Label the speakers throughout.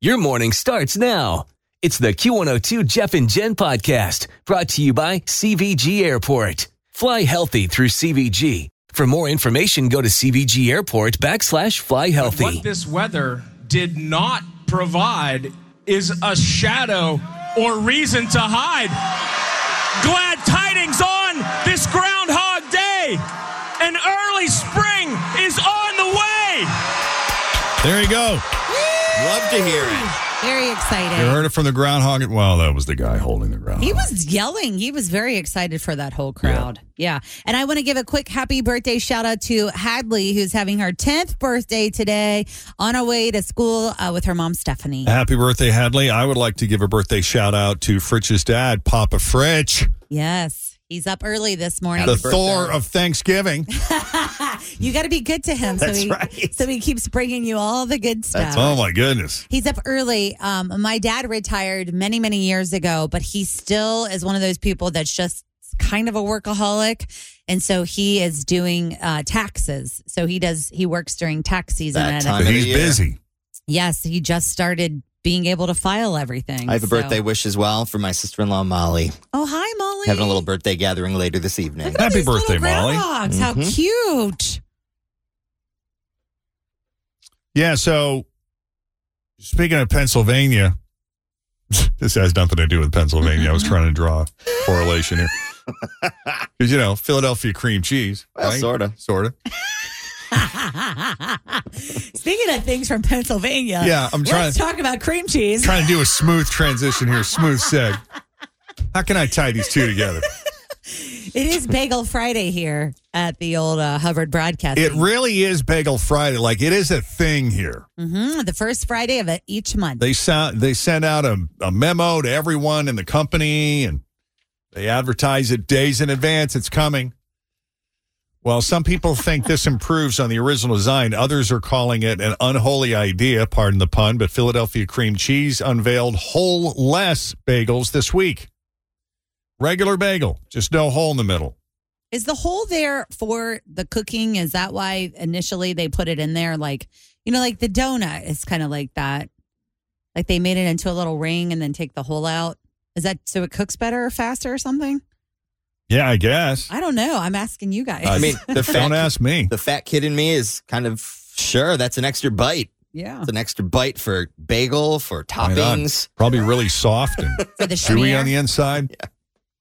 Speaker 1: Your morning starts now. It's the Q102 Jeff and Jen podcast brought to you by CVG Airport. Fly healthy through CVG. For more information, go to CVG Airport backslash fly healthy.
Speaker 2: What this weather did not provide is a shadow or reason to hide. Glad tidings on this Groundhog Day. An early spring is on the way.
Speaker 3: There you go.
Speaker 4: Love to hear it.
Speaker 5: Very excited.
Speaker 3: You heard it from the groundhog. Well, that was the guy holding the groundhog.
Speaker 5: He was yelling. He was very excited for that whole crowd. Yeah. And I want to give a quick happy birthday shout out to Hadley, who's having her 10th birthday today on her way to school uh, with her mom, Stephanie.
Speaker 3: Happy birthday, Hadley. I would like to give a birthday shout out to Fritch's dad, Papa Fritch,
Speaker 5: Yes. He's up early this morning.
Speaker 3: the Thor of Thanksgiving.
Speaker 5: you got to be good to him.
Speaker 3: That's
Speaker 5: so he,
Speaker 3: right.
Speaker 5: So he keeps bringing you all the good stuff.
Speaker 3: Oh, my goodness.
Speaker 5: He's up early. Um, my dad retired many, many years ago, but he still is one of those people that's just kind of a workaholic. And so he is doing uh, taxes. So he does, he works during tax season.
Speaker 4: That
Speaker 5: and-
Speaker 4: time.
Speaker 3: But
Speaker 4: Another
Speaker 3: he's
Speaker 4: year.
Speaker 3: busy.
Speaker 5: yes, he just started being able to file everything.
Speaker 4: I have a
Speaker 5: So-
Speaker 4: birthday wish as well for my sister in law, Molly.
Speaker 5: Oh, hi, Molly.
Speaker 4: Having a little birthday gathering later this evening.
Speaker 5: Look at
Speaker 3: Happy
Speaker 5: these little
Speaker 3: birthday, Molly.
Speaker 5: groundhogs. How
Speaker 4: Mhm.
Speaker 5: cute.
Speaker 3: Yeah, so speaking of Pennsylvania, this has nothing to do with Pennsylvania. I was trying to draw a correlation here. Because, you know, Philadelphia cream cheese.
Speaker 4: Well, sorta.
Speaker 3: Sort of.
Speaker 5: Speaking of things from Pennsylvania,
Speaker 3: Yeah, I'm trying-
Speaker 5: Let's talk about cream cheese.
Speaker 3: Trying to do a smooth transition here, smooth seg. How can I tie these two together?
Speaker 5: It is Bagel Friday here at the old uh, Hubbard Broadcasting.
Speaker 3: It really is Bagel Friday. Like it is a thing here.
Speaker 5: hmm The first Friday of uh, each month.
Speaker 3: They sound they send out a, a memo to everyone in the company and they advertise it days in advance. It's coming. Well, some people think this improves on the original design. Others are calling it an unholy idea, pardon the pun, but Philadelphia cream cheese unveiled whole less bagels this week. Regular bagel, just no hole in the middle.
Speaker 5: Is the hole there for the cooking? Is that why initially they put it in there? Like, you know, like the donut is kind of like that. Like they made it into a little ring and then take the hole out. Is that so it cooks better or faster or something?
Speaker 3: Yeah, I guess. Uh,
Speaker 5: I don't know. I'm asking you guys.
Speaker 4: I mean, the
Speaker 3: Don't
Speaker 4: fat,
Speaker 3: ask me.
Speaker 4: the fat kid in me is kind of sure that's an extra bite.
Speaker 5: yeah.
Speaker 4: It's an extra bite for bagel, for
Speaker 3: Why not?
Speaker 4: toppings.
Speaker 3: Probably really soft and
Speaker 5: For the
Speaker 3: chewy
Speaker 5: schmear.
Speaker 3: on the inside.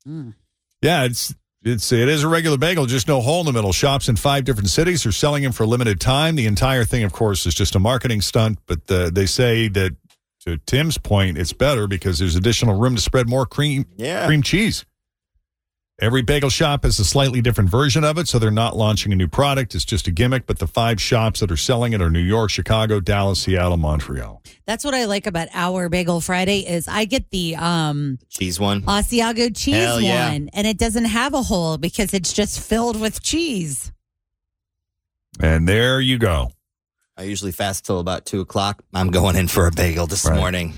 Speaker 5: Mm.
Speaker 3: Yeah, it's it's it is a regular bagel, just no hole in the middle. Shops in five different cities are selling them for a limited time. The entire thing, of course, is just a marketing stunt. But uh they say that to Tim's point, it's better because there's additional room to spread more cream
Speaker 4: Yeah.
Speaker 3: cream cheese. Every bagel shop has a slightly different version of it, so they're not launching a new product. It's just a gimmick. But the five shops that are selling it are New York, Chicago, Dallas, Seattle, Montreal.
Speaker 5: That's what I like about our Bagel Friday is I get the um
Speaker 4: Cheese one.
Speaker 5: Asiago cheese
Speaker 4: Hell yeah.
Speaker 5: one, and it doesn't have a hole because it's just filled with cheese.
Speaker 3: And there you go.
Speaker 4: I usually fast till about two o'clock. I'm going in for a bagel this
Speaker 3: Right.
Speaker 4: morning.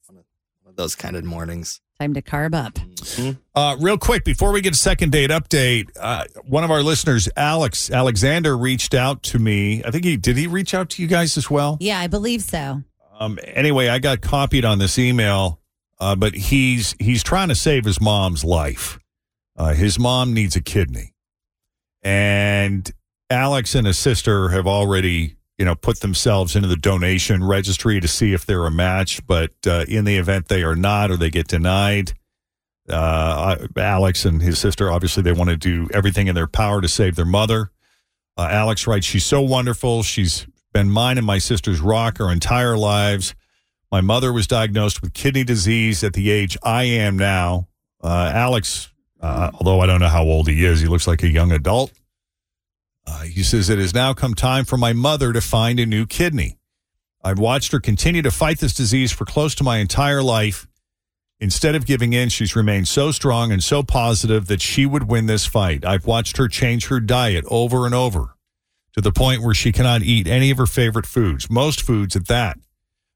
Speaker 4: It's one of, one of those kind of mornings.
Speaker 5: Time to carb up.
Speaker 4: Mhm.
Speaker 3: Uh, real quick, before we get a second date update, uh, one of our listeners, Alex Alexander, reached out to me. I think he did. He reach out to you guys as well.
Speaker 5: Yeah, I believe so.
Speaker 3: Um, anyway, I got copied on this email, uh, but he's he's trying to save his mom's life. Uh, his mom needs a kidney, and Alex and his sister have already you know put themselves into the donation registry to see if they're a match. But uh, in the event they are not, or they get denied. Uh, I- Alex and his sister obviously they want to do everything in their power to save their mother. Uh, Alex writes, "She's so wonderful. She's been mine and my sister's rock our entire lives. My mother was diagnosed with kidney disease at the age I am now. Uh, Alex, uh, although I don't know how old he is, he looks like a young adult. Uh, he says, It has now come time for my mother to find a new kidney. I've watched her continue to fight this disease for close to my entire life. Instead of giving in, she's remained so strong and so positive that she would win this fight. I've watched her change her diet over and over to the point where she cannot eat any of her favorite foods, most foods at that.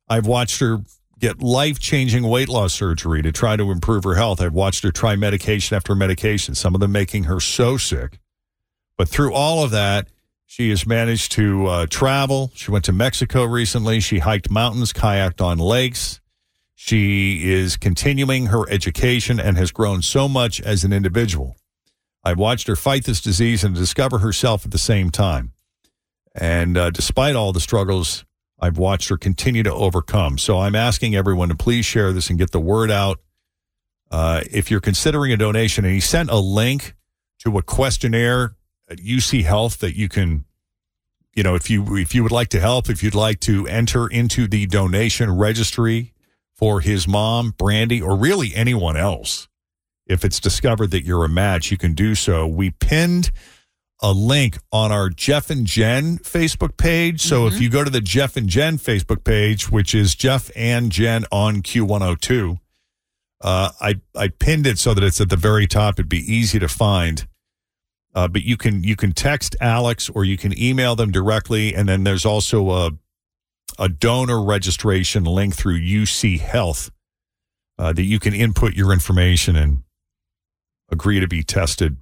Speaker 3: I've watched her get life changing weight loss surgery to try to improve her health. I've watched her try medication after medication, some of them making her so sick. But through all of that, She has managed to uh, travel. She went to Mexico recently. She hiked mountains, kayaked on lakes. She is continuing her education and has grown so much as an individual. I watched her fight this disease and discover herself at the same time. And uh, despite all the struggles, I've watched her continue to overcome. So I'm asking everyone to please share this and get the word out. Uh, if you're considering a donation, and he sent a link to a questionnaire at UC Health that you can, you know, if you if you would like to help, if you'd like to enter into the donation registry for his mom, Brandy, or really anyone else, if it's discovered that you're a match, you can do so. We pinned a link on our Jeff and Jen Facebook page. So if you go to the Jeff and Jen Facebook page, which is Jeff and Jen on Q102, uh, I I pinned it so that it's at the very top. It'd be easy to find. Uh, but you can you can text Alex or you can email them directly, and then there's also a a donor registration link through UC Health uh, that you can input your information and agree to be tested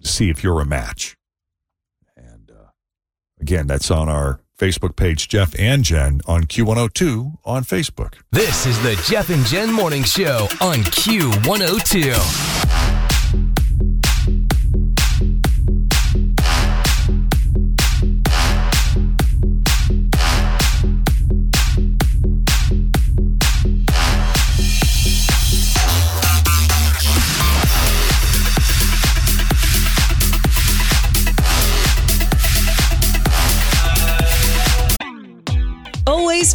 Speaker 3: to see if you're a match. And uh, again, that's on our Facebook page, Jeff and Jen on Q102 on Facebook.
Speaker 1: This is the Jeff and Jen Morning Show on Q102.
Speaker 6: Always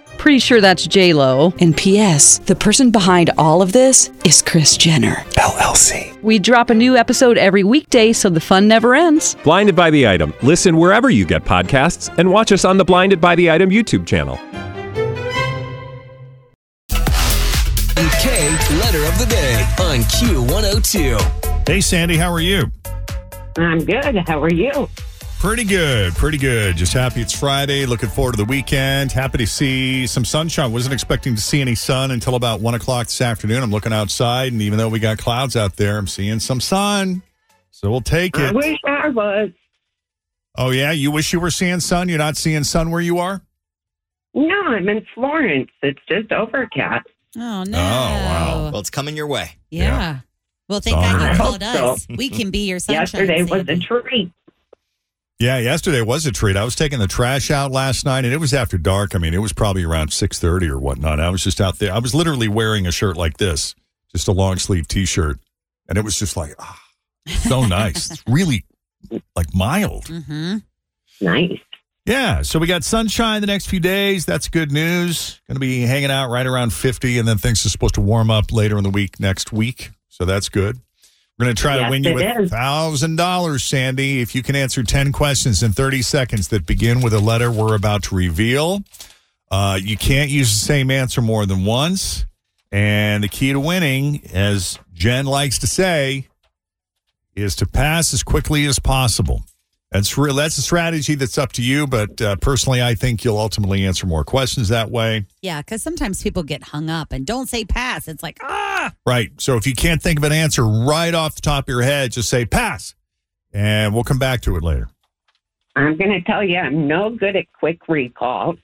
Speaker 7: Pretty sure that's J Lo.
Speaker 6: And P.S. The person behind all of this is Chris Jenner.
Speaker 8: LLC.
Speaker 7: We drop a new episode every weekday, so the fun never ends.
Speaker 8: Blinded by the item. Listen wherever you get podcasts, and watch us on the Blinded by the Item YouTube channel.
Speaker 1: And K, letter of the day on Q102.
Speaker 3: Hey, Sandy, how are you?
Speaker 9: I'm good. How are you?
Speaker 3: Pretty good, pretty good. Just happy it's Friday. Looking forward to the weekend. Happy to see some sunshine. Wasn't expecting to see any sun until about one o'clock this afternoon. I'm looking outside, and even though we got clouds out there, I'm seeing some sun. So we'll take
Speaker 9: I
Speaker 3: it.
Speaker 9: wish I was.
Speaker 3: Oh yeah, you wish you were seeing sun. You're not seeing sun where you are.
Speaker 9: No, I'm in Florence. It's just overcast.
Speaker 5: Oh, no.
Speaker 3: wow.
Speaker 4: Well, it's coming your way.
Speaker 5: Yeah.
Speaker 3: Yeah.
Speaker 5: Well, thank
Speaker 3: Darn
Speaker 5: God
Speaker 3: right.
Speaker 5: you called
Speaker 9: Hope
Speaker 5: us. We can be your sunshine.
Speaker 9: Yesterday was a
Speaker 5: Sandy.
Speaker 9: treat.
Speaker 3: Yeah, yesterday was a treat. I was taking the trash out last night, and it was after dark. I mean, it was probably around six thirty or whatnot. I was just out there. I was literally wearing a shirt like this, just a long sleeve T shirt, and it was just like ah, so nice. It's really like mild.
Speaker 5: Mhm.
Speaker 9: Nice.
Speaker 3: Yeah, so we got sunshine the next few days. That's good news. Going to be hanging out right around 50, and then things are supposed to warm up later in the week next week. So that's good. We're going to try to
Speaker 9: Yes,
Speaker 3: win you
Speaker 9: it
Speaker 3: a
Speaker 9: is.
Speaker 3: thousand dollars, Sandy, if you can answer 10 questions in 30 seconds that begin with a letter we're about to reveal. Uh, you can't use the same answer more than once. And the key to winning, as Jen likes to say, is to pass as quickly as possible. That's real. That's a strategy that's up to you, but uh, personally, I think you'll ultimately answer more questions that way.
Speaker 5: Yeah, because sometimes people get hung up and don't say pass. It's like, ah.
Speaker 3: Right. So if you can't think of an answer right off the top of your head, just say pass, and we'll come back to it later.
Speaker 9: I'm going to tell you, I'm no good at quick recall.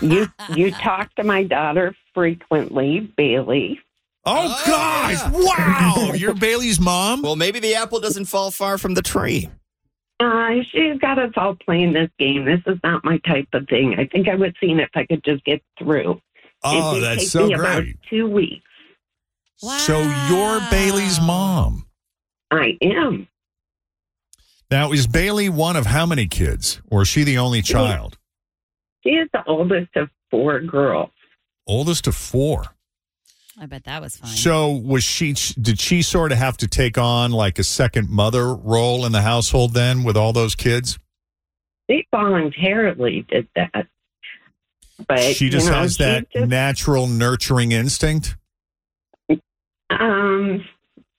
Speaker 9: you you talk to my daughter frequently, Bailey.
Speaker 3: Oh,
Speaker 4: Oh,
Speaker 3: gosh!
Speaker 4: yeah.
Speaker 3: Wow, you're Bailey's mom.
Speaker 4: Well, maybe the apple doesn't fall far from the tree.
Speaker 9: Uh, she's got us all playing this game. This is not my type of thing. I think I would see if I could just get through.
Speaker 3: oh,
Speaker 9: it would
Speaker 3: that's
Speaker 9: take
Speaker 3: so
Speaker 9: me About
Speaker 3: great.
Speaker 9: two weeks.
Speaker 5: Wow.
Speaker 3: So you're Bailey's mom.
Speaker 9: I am.
Speaker 3: Now, is Bailey one of how many kids, or is she the only child?
Speaker 9: She is the oldest of four girls.
Speaker 3: Oldest of four.
Speaker 5: I bet that was fun.
Speaker 3: So was she? Did she sort of have to take on like a second mother role in the household then with all those kids?
Speaker 9: They voluntarily did that. But
Speaker 3: she just
Speaker 9: you know,
Speaker 3: has
Speaker 9: she
Speaker 3: that
Speaker 9: just-
Speaker 3: natural nurturing instinct.
Speaker 9: um,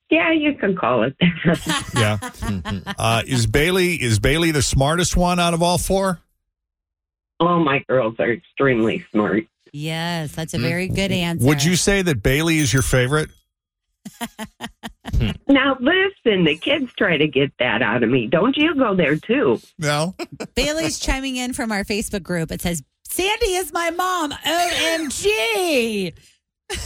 Speaker 9: yeah, you can call it that.
Speaker 3: Yeah. uh, is Bailey is Bailey the smartest one out of all four?
Speaker 9: All my girls are extremely smart.
Speaker 5: Yes, that's a very good answer.
Speaker 3: Mm. Would you say that Bailey is your favorite?
Speaker 9: Now listen, the kids try to get that out of me. Don't you go there too?
Speaker 3: No.
Speaker 5: Bailey's chiming in from our Facebook group. It says, Sandy is my mom. OMG.
Speaker 9: Yeah.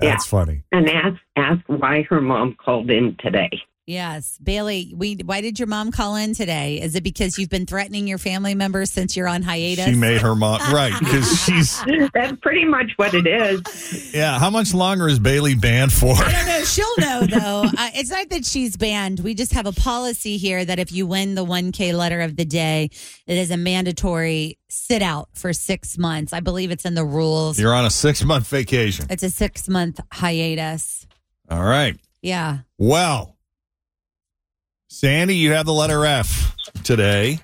Speaker 3: That's funny.
Speaker 9: And ask ask why her mom called in today.
Speaker 5: Yes. Bailey, we why did your mom call in today? Is it because you've been threatening your family members since you're on hiatus?
Speaker 3: She made her mom right because she's
Speaker 9: That's pretty much what it is.
Speaker 3: yeah. How much longer is Bailey banned for?
Speaker 5: I don't know. She'll know though. uh, it's not that she's banned. We just have a policy here that if you win the 1K letter of the day, it is a mandatory sit out for six months. I believe it's in the rules.
Speaker 3: You're on a six month vacation.
Speaker 5: it's a six month hiatus.
Speaker 3: All right.
Speaker 5: Yeah.
Speaker 3: Well, Sandy, you have the letter F today.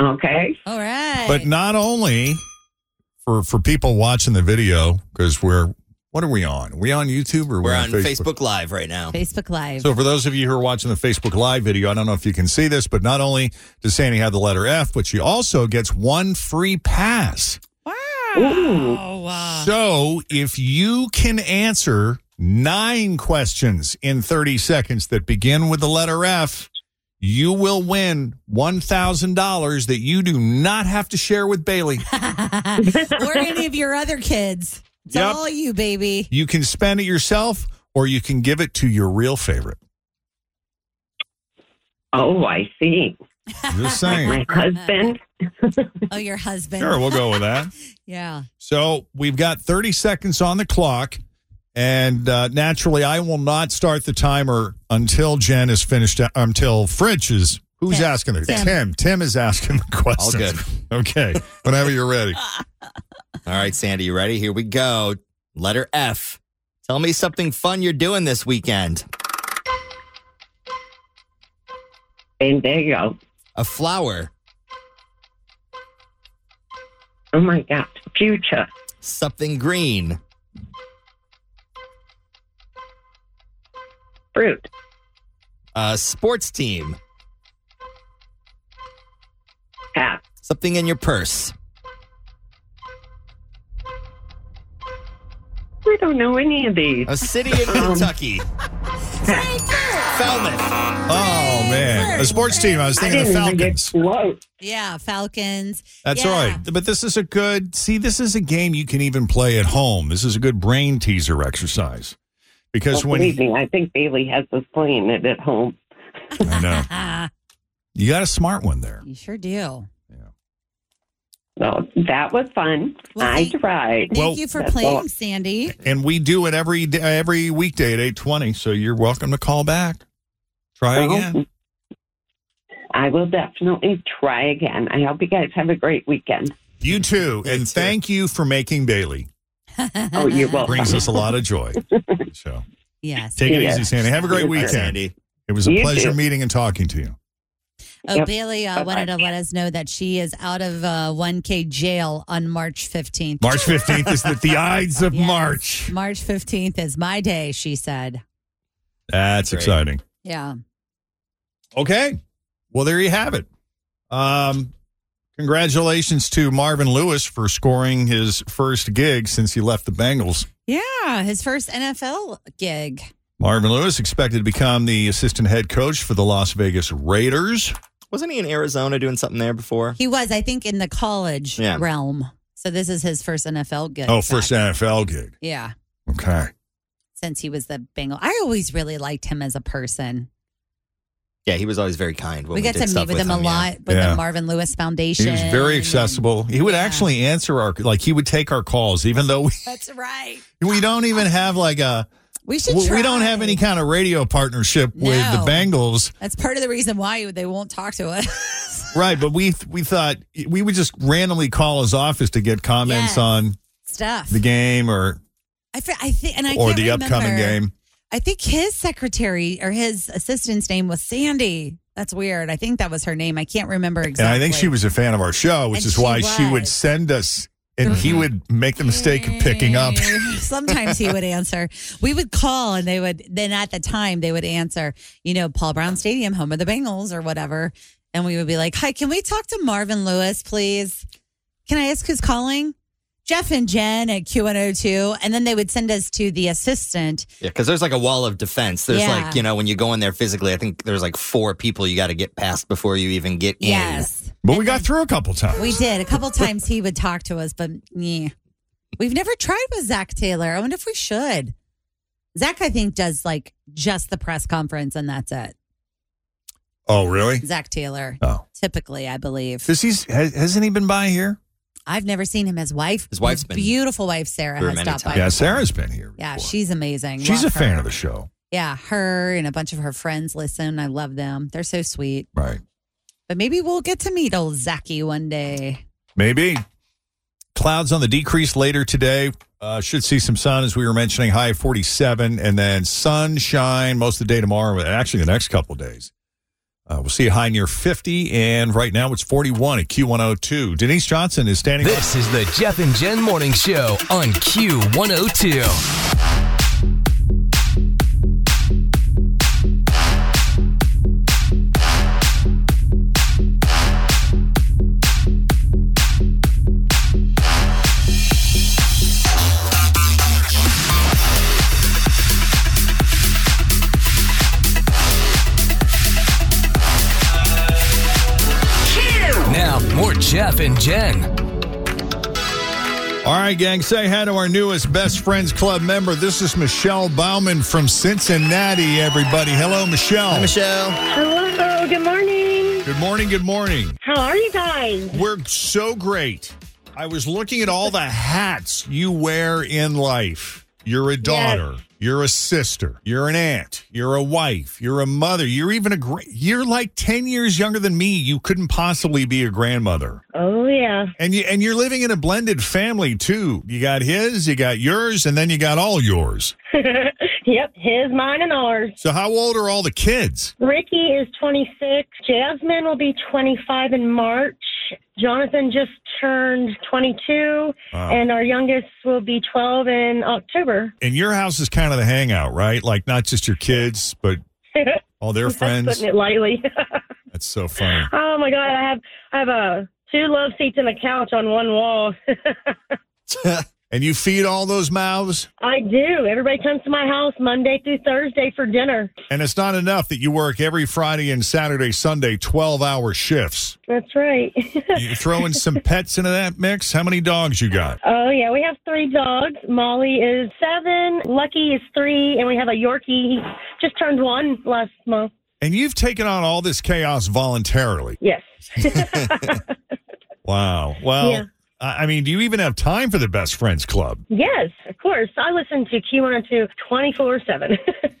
Speaker 9: Okay.
Speaker 5: All right.
Speaker 3: But not only for for people watching the video because we're what are we on? Are we on YouTube or
Speaker 4: We're
Speaker 3: we
Speaker 4: on Facebook Live right now.
Speaker 5: Facebook Live.
Speaker 3: So for those of you who are watching the Facebook Live video, I don't know if you can see this, but not only does Sandy have the letter F, but she also gets one free pass.
Speaker 9: Ooh.
Speaker 3: So if you can answer nine questions in 30 seconds that begin with the letter F, you will win $1,000 that you do not have to share with Bailey.
Speaker 5: or any of your other kids. It's
Speaker 3: Yep.
Speaker 5: all you, baby.
Speaker 3: You can spend it yourself or you can give it to your real favorite.
Speaker 9: Oh, I see.
Speaker 3: Just
Speaker 9: My
Speaker 3: saying.
Speaker 9: husband.
Speaker 5: Oh, your husband.
Speaker 3: Sure, we'll go with that.
Speaker 5: Yeah.
Speaker 3: So we've got 30 seconds on the clock. And uh, naturally, I will not start the timer until Jen is finished, uh, until French is. Who's
Speaker 5: Tim.
Speaker 3: asking the
Speaker 5: Tim.
Speaker 3: Tim. Tim is asking the question.
Speaker 4: good.
Speaker 3: Okay. Whenever you're ready.
Speaker 4: All right, Sandy, you ready? Here we go. Letter F. Tell me something fun you're doing this weekend.
Speaker 9: And there you go.
Speaker 4: A flower.
Speaker 9: Oh my God. Future.
Speaker 4: Something green.
Speaker 9: Fruit.
Speaker 4: A sports team.
Speaker 9: Pass.
Speaker 4: Something in your purse.
Speaker 9: I don't know any of these.
Speaker 4: A city in Kentucky. Falmouth.
Speaker 3: Oh, man. A sports team. I was
Speaker 9: I
Speaker 3: thinking the
Speaker 9: didn't even get
Speaker 3: Falcons.
Speaker 9: close.
Speaker 5: Yeah. Falcons.
Speaker 3: That's
Speaker 5: Yeah.
Speaker 3: all right. But this is a good, see, this is a game you can even play at home. This is a good brain teaser exercise. Because
Speaker 9: Well,
Speaker 3: when
Speaker 9: believe me, I think Bailey has us playing it at home.
Speaker 3: I know.
Speaker 5: Ah,
Speaker 3: You got a smart one there.
Speaker 5: you sure do.
Speaker 9: So that was fun.
Speaker 5: Well,
Speaker 9: I
Speaker 5: thank-
Speaker 9: tried.
Speaker 5: Thank
Speaker 3: Well-
Speaker 5: you for
Speaker 9: That's
Speaker 5: playing,
Speaker 9: all.
Speaker 5: Sandy.
Speaker 3: And we do it every day, every weekday at eight twenty. So you're welcome to call back. Try
Speaker 9: Well,
Speaker 3: again.
Speaker 9: I will definitely try again. I hope you guys have a great weekend.
Speaker 3: You too, and thank you for making Bailey.
Speaker 9: Oh, you're welcome.
Speaker 3: Brings us a lot of joy. So
Speaker 5: Yes.
Speaker 3: take it
Speaker 9: Yeah.
Speaker 3: easy, Sandy. Have a great
Speaker 9: Thank you,
Speaker 3: weekend.
Speaker 4: Sandy.
Speaker 3: It was a
Speaker 9: You
Speaker 3: pleasure
Speaker 9: too.
Speaker 3: meeting and talking to you.
Speaker 5: Oh,
Speaker 9: Yep.
Speaker 5: Bailey uh,
Speaker 9: Bye-bye.
Speaker 5: wanted to let us know that she is out of uh, 1K jail on March 15th.
Speaker 3: March fifteenth is the, the Ides of
Speaker 5: Yes.
Speaker 3: March.
Speaker 5: March 15th is my day, she said.
Speaker 3: That's
Speaker 4: Great.
Speaker 3: exciting.
Speaker 5: Yeah.
Speaker 3: Okay. Well, there you have it. Um, congratulations to Marvin Lewis for scoring his first gig since he left the Bengals.
Speaker 5: Yeah. His first NFL gig.
Speaker 3: Marvin Lewis expected to become the assistant head coach for the Las Vegas Raiders.
Speaker 4: Wasn't he in Arizona doing something there before?
Speaker 5: He was, I think, in the college
Speaker 4: Yeah.
Speaker 5: realm. So this is his first NFL gig.
Speaker 3: oh,
Speaker 5: back.
Speaker 3: first NFL gig.
Speaker 5: Yeah.
Speaker 3: Okay.
Speaker 5: Since he was the Bengal. I always really liked him as a person.
Speaker 4: Yeah, he was always very kind. When
Speaker 5: we
Speaker 4: we,
Speaker 5: got
Speaker 4: did
Speaker 5: to meet
Speaker 4: stuff
Speaker 5: with, him a
Speaker 4: yeah.
Speaker 5: lot with
Speaker 3: Yeah.
Speaker 5: the Marvin Lewis Foundation.
Speaker 3: He was very
Speaker 5: and-
Speaker 3: accessible. He would
Speaker 5: Yeah.
Speaker 3: actually answer our like he would take our calls, even though we,
Speaker 5: That's right.
Speaker 3: we don't even have like a
Speaker 5: We should
Speaker 3: we
Speaker 5: try.
Speaker 3: we don't have any kind of radio partnership with
Speaker 5: No.
Speaker 3: the Bengals,
Speaker 5: That's part of the reason why they won't talk to us.
Speaker 3: right? But we we thought we would just randomly call his office to get comments
Speaker 5: Yes.
Speaker 3: on
Speaker 5: Stuff.
Speaker 3: the game or
Speaker 5: I, fe- I think, and I
Speaker 3: or
Speaker 5: can't
Speaker 3: the upcoming
Speaker 5: remember.
Speaker 3: game.
Speaker 5: I think his secretary or his assistant's name was Sandy. That's weird. I think that was her name. I can't remember
Speaker 3: And
Speaker 5: exactly.
Speaker 3: I think she was a fan of our show, which
Speaker 5: And
Speaker 3: is
Speaker 5: she
Speaker 3: why she would
Speaker 5: was. Mm-hmm.
Speaker 3: send us, and he would make the mistake of picking up.
Speaker 5: Sometimes he would answer. We would call and they would, then at the time, they would answer, you know, Paul Brown Stadium, home of the Bengals or whatever. And we would be like, hi, can we talk to Marvin Lewis, please? Can I ask who's calling? Jeff and Jen at Q102. And then they would send us to the assistant.
Speaker 4: Yeah, because there's like a wall of defense. There's
Speaker 5: Yeah.
Speaker 4: like, you know, when you go in there physically, I think there's like four people you got to get past before you even get in.
Speaker 5: Yes.
Speaker 3: But we got through a couple times.
Speaker 5: We did. A couple times he would talk to us, but yeah. We've never tried with Zach Taylor. I wonder if we should. Zach, I think, does like just the press conference and that's it.
Speaker 3: Oh, really?
Speaker 5: Zach Taylor.
Speaker 3: Oh.
Speaker 5: Typically, I believe.
Speaker 3: Does he's, has, hasn't he been by here?
Speaker 5: I've never seen him. His wife,
Speaker 4: His wife's been-
Speaker 5: beautiful wife, Sarah,
Speaker 4: Very
Speaker 5: has
Speaker 4: many
Speaker 5: stopped by.
Speaker 3: Yeah, Sarah's been here.
Speaker 5: Yeah, she's amazing.
Speaker 3: She's
Speaker 5: Love
Speaker 3: a fan
Speaker 5: her.
Speaker 3: of the show.
Speaker 5: Yeah, her and a bunch of her friends listen. I love them. They're so sweet.
Speaker 3: Right.
Speaker 5: But maybe we'll get to meet old Zachy one day.
Speaker 3: Maybe. Clouds on the decrease later today. Uh, should see some sun, as we were mentioning, high of 47, and then sunshine most of the day tomorrow, and actually the next couple of days. Uh, we'll see a high near 50, and right now it's 41 at Q102. Denise Johnson is standing by.
Speaker 1: This is the Jeff and Jen Morning Show on Q102. Now, more Jeff and Jen.
Speaker 3: All right, gang, say hi to our newest Best Friends Club member. This is Michelle Bauman from Cincinnati, everybody. Hello, Michelle.
Speaker 4: Hi, Michelle.
Speaker 9: Hello, good morning.
Speaker 3: Good morning, good morning.
Speaker 9: How are you guys?
Speaker 3: We're so great. I was looking at all the hats you wear in life. You're a daughter. You're a sister. You're an aunt. You're a wife. You're a mother. You're even a great. You're like ten years younger than me. You couldn't possibly be a grandmother.
Speaker 9: Oh, yeah.
Speaker 3: And you and you're living in a blended family too. You got his, you got yours, and then you got all yours.
Speaker 9: Yep, his, mine, and ours.
Speaker 3: So how old are all the kids?
Speaker 9: Ricky is 26. Jasmine will be 25 in March. Jonathan just turned 22.
Speaker 3: Wow.
Speaker 9: And our youngest will be 12 in October.
Speaker 3: And your house is kind of the hangout, right? Like not just your kids, but all their
Speaker 9: That's
Speaker 3: friends.
Speaker 9: putting it lightly.
Speaker 3: That's so funny.
Speaker 9: oh, my God. I have, I have uh, two love seats and a couch on one wall.
Speaker 3: And you feed all those mouths.
Speaker 9: I do. Everybody comes to my house Monday through Thursday for dinner.
Speaker 3: And it's not enough that you work every Friday and Saturday, Sunday, 12 hour shifts.
Speaker 9: That's right.
Speaker 3: You throw in some pets into that mix. How many dogs you got?
Speaker 9: oh, yeah. We have three dogs. Molly is seven, Lucky is three, and we have a Yorkie. He just turned one last month.
Speaker 3: And you've taken on all this chaos voluntarily.
Speaker 9: Yes.
Speaker 3: Wow. Well,
Speaker 9: Yeah.
Speaker 3: I I mean, do you even have time for the Best Friends Club?
Speaker 9: Yes, of course. I listen to Q102 24 7.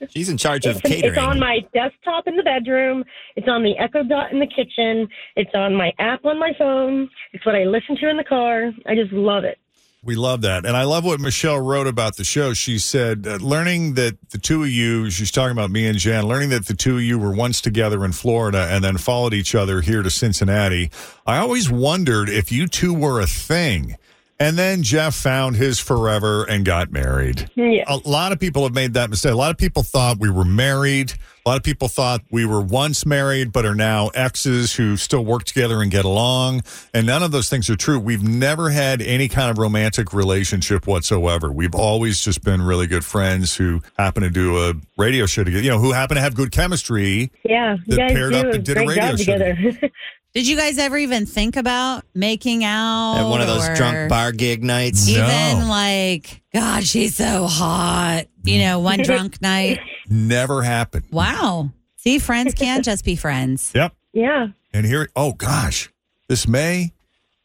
Speaker 4: She's in charge of
Speaker 9: It's on
Speaker 4: catering.
Speaker 9: my desktop in the bedroom. It's on the Echo Dot in the kitchen. It's on my app on my phone. It's what I listen to in the car. I just love it.
Speaker 3: We love that. And I love what Michelle wrote about the show. She said, uh, learning that the two of you, she's talking about me and Jan, learning that the two of you were once together in Florida and then followed each other here to Cincinnati. I always wondered if you two were a thing. And then Jeff found his forever and got married.
Speaker 9: Yeah.
Speaker 3: A lot of people have made that mistake. A lot of people thought we were married. A lot of people thought we were once married, but are now exes who still work together and get along. And none of those things are true. We've never had any kind of romantic relationship whatsoever. We've always just been really good friends who happen to do a radio show together, you know, who happen to have good chemistry.
Speaker 9: Yeah. You
Speaker 3: They
Speaker 9: guys
Speaker 3: paired
Speaker 9: do
Speaker 3: up
Speaker 9: a
Speaker 3: and did a
Speaker 9: great
Speaker 3: radio
Speaker 9: job
Speaker 3: show
Speaker 9: together.
Speaker 5: Did you guys ever even think about making out?
Speaker 4: At one of those
Speaker 5: or-
Speaker 4: drunk bar gig nights.
Speaker 3: No.
Speaker 5: Even like, God, she's so hot. You know, one drunk night.
Speaker 3: Never happened.
Speaker 5: Wow. See, friends can't just be friends.
Speaker 3: Yep.
Speaker 9: yeah.
Speaker 3: And here, oh gosh, this May,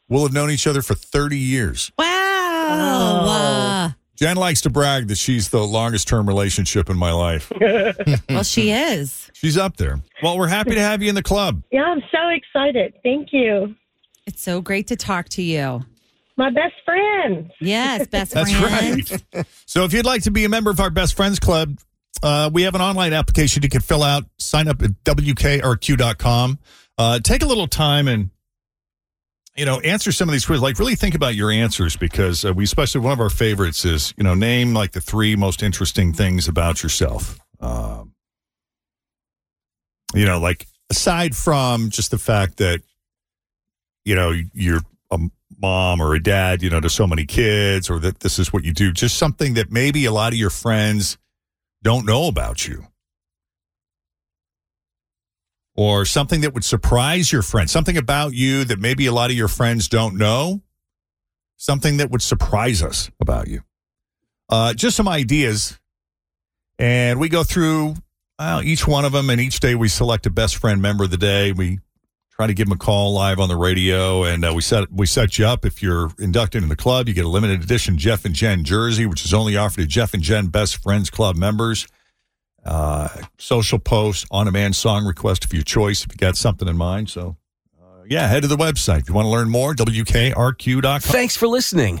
Speaker 3: we'll have known each other for 30 years.
Speaker 5: Wow.
Speaker 9: Oh.
Speaker 3: Jen likes to brag that she's the longest term relationship in my life.
Speaker 5: well, she
Speaker 4: Mm-hmm.
Speaker 5: is.
Speaker 3: She's up there. Well, we're happy to have you in the club.
Speaker 9: Yeah, I'm so excited. Thank you.
Speaker 5: It's so great to talk to you.
Speaker 9: My best friend.
Speaker 5: Yes, best
Speaker 3: That's
Speaker 5: friend.
Speaker 3: right. So if you'd like to be a member of our Best Friends Club, Uh, we have an online application you can fill out. Sign up at wkrq.com. Uh, take a little time and you know answer some of these quizzes. Like really think about your answers because uh, we especially one of our favorites is you know name like the three most interesting things about yourself. Um, you know, like aside from just the fact that you know you're a mom or a dad, you know, to so many kids, or that this is what you do, just something that maybe a lot of your friends don't know about you. Or something that would surprise your friends, something about you that maybe a lot of your friends don't know, something that would surprise us about you. Uh, just some ideas. And we go through well, each one of them, and each day we select a best friend member of the day. We try to give them a call live on the radio, and uh, we set we set you up. If you're inducted in the club, you get a limited edition Jeff and Jen jersey, which is only offered to Jeff and Jen Best Friends Club members. Uh, social post, on demand song request of your choice if you got something in mind. So, uh, yeah, head to the website if you want to learn more. WKRQ.com.
Speaker 1: Thanks for listening